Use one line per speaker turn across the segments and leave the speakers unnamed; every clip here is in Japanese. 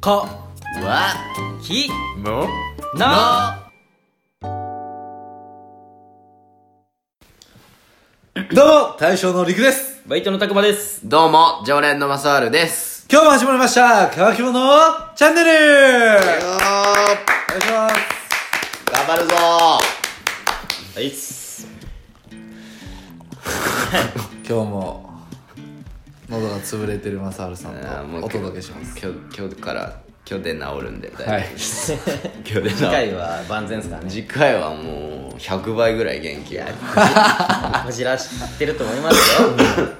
か
わ
き
も
などうも大将のりくです
バイトのたくまです。
どうも常連のマサールです
今日も始まりました乾き物チャンネルお
よー頑
願いします
張るぞ
はいっす。
今日も喉が潰れてるマサールさ
ー
んとお届けします
今日今日から今日で治るんで大
はい
丈夫です、今日で治
次回
る
は万全ですかね。
次回はもう100倍ぐらい元気が
こじらしてると思いますよ。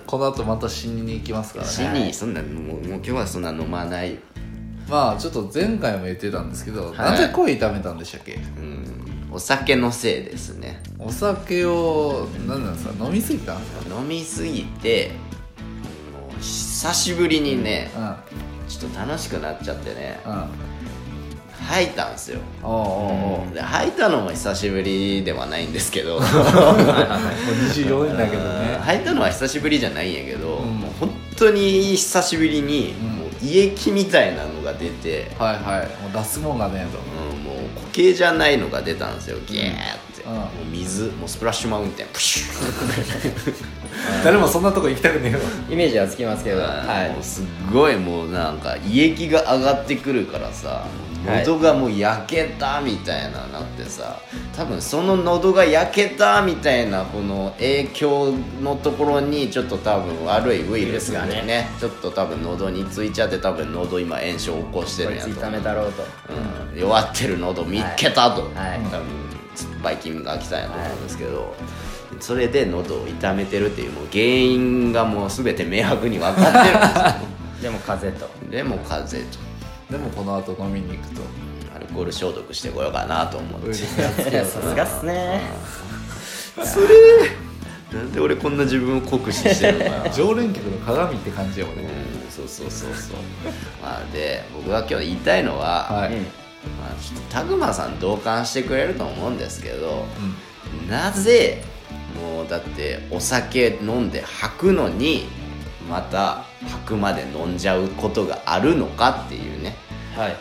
この後また死にに行きますから
死
ね
にそんなもうもう今日はそんな飲まない
まあちょっと前回も言ってたんですけど、なんで声痛めたんでしたっけ
うんお酒のせいですね
お酒を何なんですか飲みすぎたんですか
飲みすぎてもう久しぶりにねちょっと楽しくなっちゃってね
うんうん
吐いたんですよ
おうおうおう
で吐いたのも久しぶりではないんですけど
もう24年だけどね
吐いたのは久しぶりじゃないんやけど、
うん
もう本当に久しぶりに、
ん
もう胃液みたいなのが出て、
はいはいもう出すもんがねえと
うん、もう固形じゃないのが出たんですよギャーって、
うん
もう水もうスプラッシュマウンテンプシュ
誰もそんなとこ行きたくねえわ
イメージはつきますけど。
ッも
は
うすっごいもうなんか胃液が上がってくるからさ
はい
喉がもう焼けたみたいななってさ多分その喉が焼けたみたいなこの影響のところにちょっと多分悪いウイルスが
ウイルス
ね
が
ちょっと多分喉についちゃって多分喉今炎症起こして
い。こ
るん
い
や
つ
と思う
痛めだろうと。
うん、弱ってる喉見っけたと、
はい
多分酸っぱい菌が来たんやと思うんですけど、それで喉を痛めてるっていうもう原因がもう全て明白に分かってるんで
でも風邪と。
すよ でも風邪と
でもこの後飲みに行くと
アルコール消毒してこようかなと思っ
ウイル
て
スやっつけ
いや
よ
さ
う
す
かな
がっすね。
それなんで俺こんな自分を酷使して るのかな
常連客の鏡って感じやもん
う
ね
んそうそうそうそうまあで僕が今日言いたいのは、
はい、
うん
まあ、ちょっとタグマさん同感してくれると思うんですけど、
うん
なぜもうだってお酒飲んで吐くのにまた吐くまで飲んじゃうことがあるのかっていうね
はい。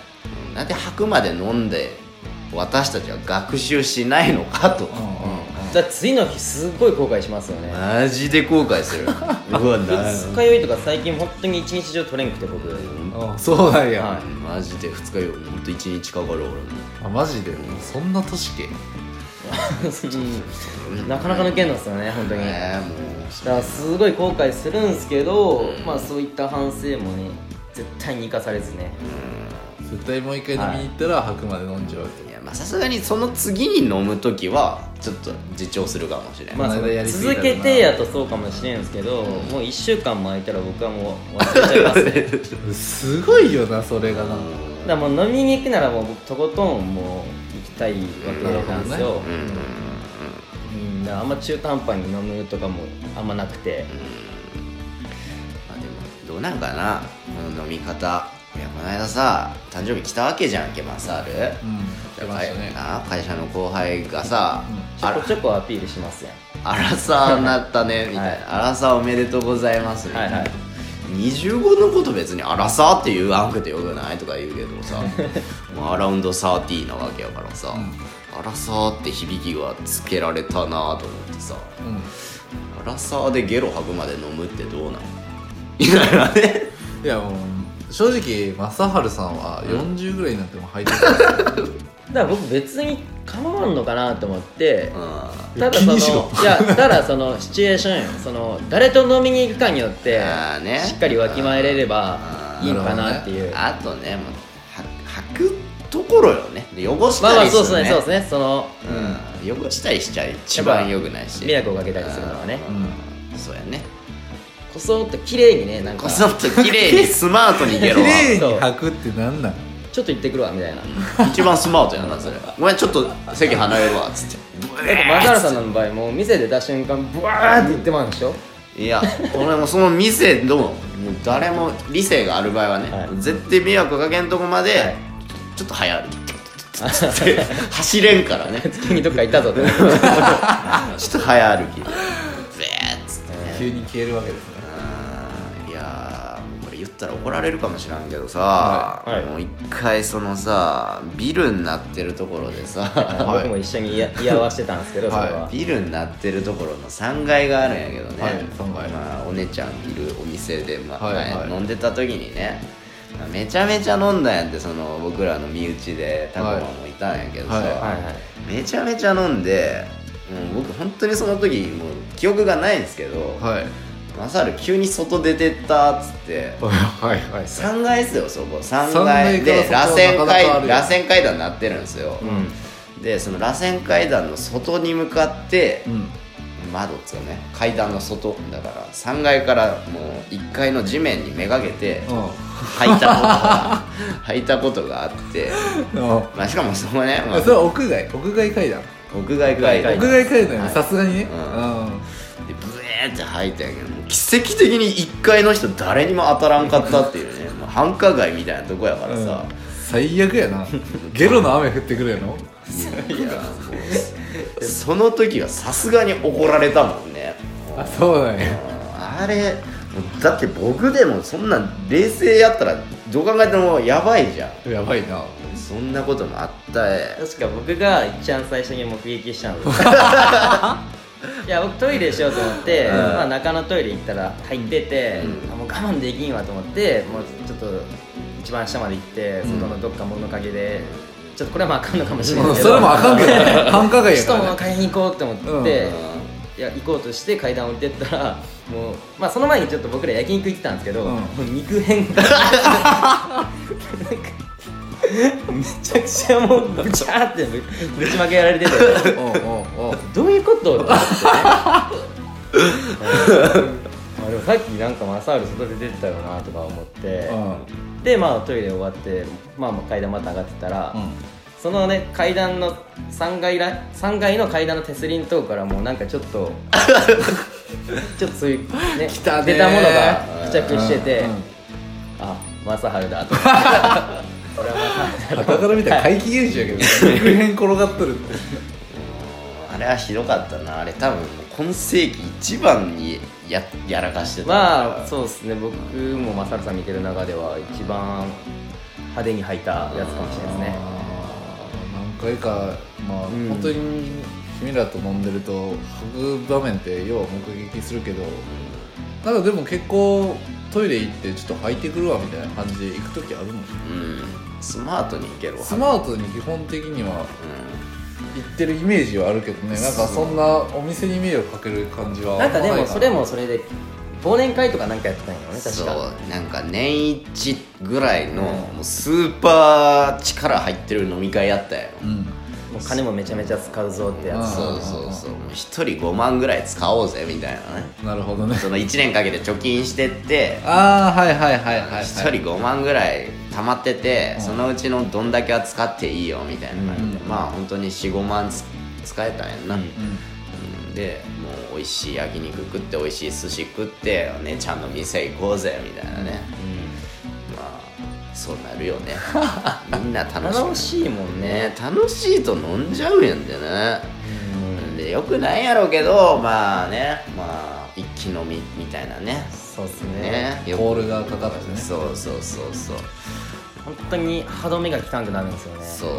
うんなんで吐くまで飲んで私たちは学習しないのかと、
うんうんうん
じゃあ次の日すごい後悔しますよね。
マジで後悔するうわな
二日酔いとか最近本当に一日中取れんくて僕。
あそうなんや、
は
マジで2日よほんと1日かかる俺も
あマジでそんな年け
うんなかなか抜けんのっすよね本当に。だ
ねえもう
からすごい後悔するんすけど、まあそういった反省もね絶対に生かされずね。
絶対もう一回飲みに行ったら吐くまで飲んじゃうと、
いやまあさすがにその次に飲む時はちょっと自重するかもしれない、
まあ、
この間やりすぎた
続
な
けてやとそうかもしれんすけど、もう1週間も空いたら僕はもう忘れちゃいます ねだか
すごいよなそれがな、
らもう飲みに行くならもう僕とことんもう行きたいわけなんですよ、うんだからあんま中途半端に飲むとかもあんまなくて、
まあでもどうなんかなこの飲み方いやこの間さ誕生日来たわけじゃんけマサール、
うん出ましたね
あ会社の後輩がさ、
ちょこちょこアピールしますやん
あらさになったねみたいな「あらさおめでとうございます」みたいな、
はいはい
25のこと別に「あらさ」って言わんくてよくないとか言うけどさもうアラウンド30なわけやからさ「あらさ」って響きがつけられたなと思ってさ
うん
アラサーでゲロ吐くまで飲むってどうなのみたいなね
いやもう正直正治さんは40ぐらいになっても吐いてるから
だから僕別に構わんのかなと思って、
う
ただ
気
そ
にしろ
のいやただそのシチュエーションよその誰と飲みに行くかによって
あーね
しっかりわきまえれれば
あ
ー
いいのかなっていう、
んあとねもうは吐くところよねで汚し
まあま
た
あ
り
そうですす
るね
ねそうですねその
うん汚したりしちゃ一番良くないし
迷惑をかけたりするのはね
うんそうやね
こそっと綺麗にねなんか
こ
ち
そ
ょっ
っと綺麗にスマートに
綺
ゲロは
麗に吐くってなんなん
と行ってくるわみたいなでも
一番スマートやなそれごめんちょっと席離れるわっつって
マザラさんの場合もう店出た瞬間ブワーって言ってまうんでしょ
いや俺もその店どうもう誰も理性がある場合はね、
はい
絶対迷惑かけんとこまで、
はい
ちょっと早歩きって走れんからね
月にどっか行ったぞって
ちょっと早歩 きでブエーっつって
急に消えるわけですね
あーいやーもうこれ言っったら怒られるかもしらんけどさ、
はいはい
もう一回そのさビルになってるところでさ
はい
僕も一緒にいや居合わせてたんですけどそれは、
ビルになってるところの3階があるんやけどね、
はい三階
まあ、お姉ちゃんいるお店で、まあ
はいはい
前飲んでた時にねまあめちゃめちゃ飲んだんやってその僕らの身内でタコマンもいたんやけどさ、
はいはい
はいはい
めちゃめちゃ飲んでもう僕本当にその時もう記憶がないんですけど、
はい
マサル急に外出てったっつって
はいはい
3階ですよそこ3
三
階
階から
で
そこはなかなかあ
螺旋階
るよ
螺旋階段になってるんですよ、
うん
でその螺旋階段の外に向かって
うん
窓っつうかね階段の外だから3階からもう1階の地面にめがけて履いたことが履いたことがあって、
うん
まあ、しかもそこね、まあ
あそれは屋外屋外階段
屋外階段
はい
屋外階段
は
よ
い
さすがにねう
うん
ん
でブエーって吐いたんやけどもう奇跡的に1階の人誰にも当たらんかったっていう ねもう繁華街みたいなとこやからさ、
最悪やなゲロの雨降ってくるやろ
いやもうその時はさすがに怒られたもんね
あそうなんや
あれだって僕でもそんなん冷静やったらどう考えてもやばいじゃん
やばいな
そんなこともあったえ
確か僕が一番最初に目撃したんです いや僕トイレしようと思って、
うん
まあ、中のトイレ行ったら入ってて、
うん
あもう我慢できんわと思ってもうちょっと一番下まで行って
うん
外のどっか物陰で、ちょっとこれはまああかんのかもしれな
う
い
ん
け
そ
ど
れもあかんけどね繁華街や
ちょ
か
っと
ら
物
ね
陰に行こうって思って、
う
いや行こうとして階段降りてったら もう、まあ、その前にちょっと僕ら焼肉行ってたんですけど、
うん
もう肉片 がめちゃくちゃもうブチャーってぶぶちまけられてて
おうおうおう
どういうことって思って、ね うんまあ、でもさっきなんかマサール外出てったよなとか思って、でまあトイレ終わって、まあ、まあ階段また上がってたら、
うん
そのね階段の3階ら3階の階段の手すりのとこからもうなんかちょっ とちょっとそういうね
来たねー
出たものが付着してて、
うんうん
あ正治だ と俺は
はたから見たら怪奇現象やけどね肉片転がっとるって
あれはひどかったなあれ多分もう今世紀一番にややらかしてた
まあそうですね僕も正治さん見てる中では一番派手に履いたやつかもしれないですね
あー何回かまあ、
うん
本当に君らと飲んでると吐く場面って要は目撃するけどなんかでも結構トイレ行ってちょっと履いてくるわみたいな感じで行く時あるもん
うんスマートにいけるわ
スマートに基本的には
う
行ってるイメージはあるけどねなんかそんなお店に迷惑かける感じは
なんかで
あんま
も
ない
それもそれで忘年会とかなんかやってたんよね
ん
確か
そうなんか年一ぐらいのもうスーパー力入ってる飲み会やったよ、
うん
もう金もめちゃめちゃ使うぞってや
うん
つ
そうそうそうもう一人5万ぐらい使おうぜみたいなね
なるほどね
その1年かけて貯金してって
ああはいはいはいはい、はい、
一人5万ぐらい貯まってて、
うん
そのうちのどんだけは使っていいよみたいな感じで、
うん
まあ本当に45万つ使えたんやんな、
うん
うん
うんでもう美味しい焼肉食って美味しい寿司食ってお姉ちゃんの店行こうぜみたいなね、
うん
まあそうなるよ ねみんな楽しい
楽しいもんね
ね楽しいと飲んじゃうんやんでねでよくないやろうけどまあねまあ一気飲みみたいなね
そうですね
ね
コールがかかってね
そうそうそうそう
本当に歯止めが効かなくなるんですよね
そう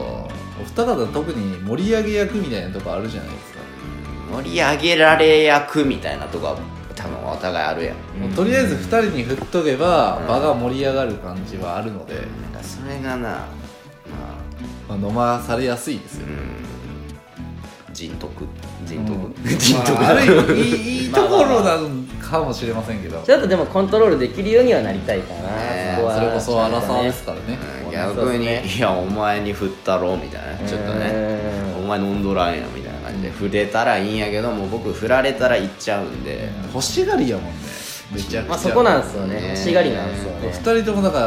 お二方特に盛り上げ役みたいなとこあるじゃないですか、
盛り上げられ役みたいなとこは多分お互いあるやん
うん
もうとりあえず二人に振っとけば、
うん
場が盛り上がる感じはあるので、
なんかそれがなまあ
まあ、飲まされやすいです
う
よ、
ん人徳人徳、
うん
人徳、
まあ、ある意味いいいいところなんかもしれませんけど、
ちょっとでもコントロールできるようにはなりたいかな、
ね
こは
それこそ荒沢で
ち
すからね、
うん
や
逆に、いやお前に振ったろみたいなちょっとね、
ね
お前飲んどらんやみたいな感じで振れたらいいんやけどもう僕振られたら行っちゃうんで、
欲しがりやもんねめちゃくちゃ、
まあそこなんですよ
ね
ね欲しがりなんですよ
二
ね
人ともだか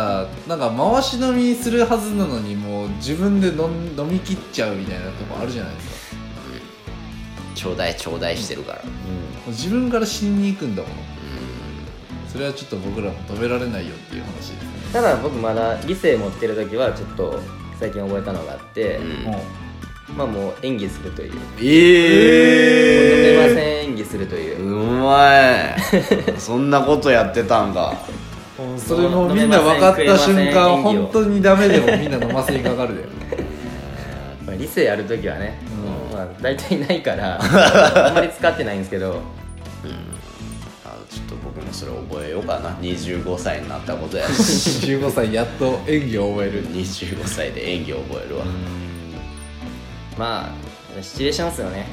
らなんか回し飲みするはずなのにもう自分で飲ん飲み切っちゃうみたいなとこあるじゃないですか
ちょうだいちょうだいしてるから、うん
もう自分から死に行くんだものそれはちょっと僕らも止められないよっていう話ですね
ただ僕まだ理性持ってる時はちょっと最近覚えたのがあって、
うん
もう
まあもう演技するという、
え
飲めま
え
せん演技するとい う
うまいそんなことやってたんか
それもみんな分かった瞬間本当にダメでもみんな飲ませにかかるで
に理性やる時はね、
う
まあ、大体ないからあんまり使ってないんですけど
あちょっと僕もそれ覚えようかな25歳になったことやし
15歳やっと演技を覚える
25歳で演技を覚えるわ、
まあシチュエーションっすよね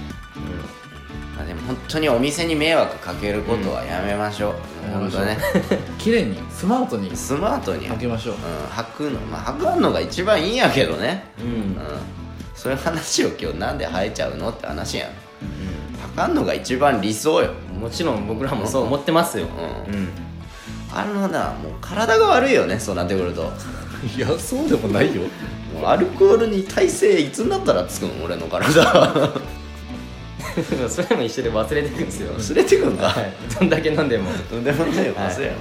まあ、でも本当にお店に迷惑かけることはやめましょう、
うん
本当ね
綺麗にスマートに
スマートに
開けましょう
うん、吐くのまあ吐かんのが一番いいんやけどね
うん、
うんそういう話を今日なんで吐いちゃうのって話やん吐かんのが一番理想よ
うんもちろん僕らもそう思ってますよ、
う
うん
あのなもう体が悪いよねそうなってくるとも
いやそうでもないよ
うアルコールに耐性いつになったらつくん俺の 体
それも一緒で忘れていくんですよ、
忘れてくんか
はい、どんだけ飲んでも
とんでもないよ
はい
忘れや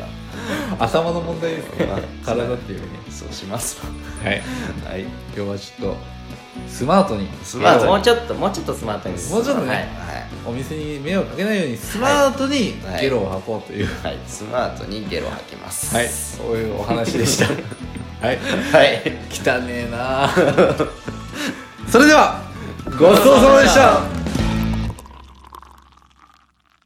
な、
頭の問題ですね体っていうよ
そうしますわ
り はい
はい
今日はちょっとスマートに
スマートに
もうちょっともうちょっとスマートに
もうちょっとね
はい
は
お店に迷惑かけないようにスマートに
はい
ゲロを吐こうという
い、はい、スマートにゲロ吐きます
はい、そういうお話でした はい
はい
汚ねえなあそれではごちそうさまでした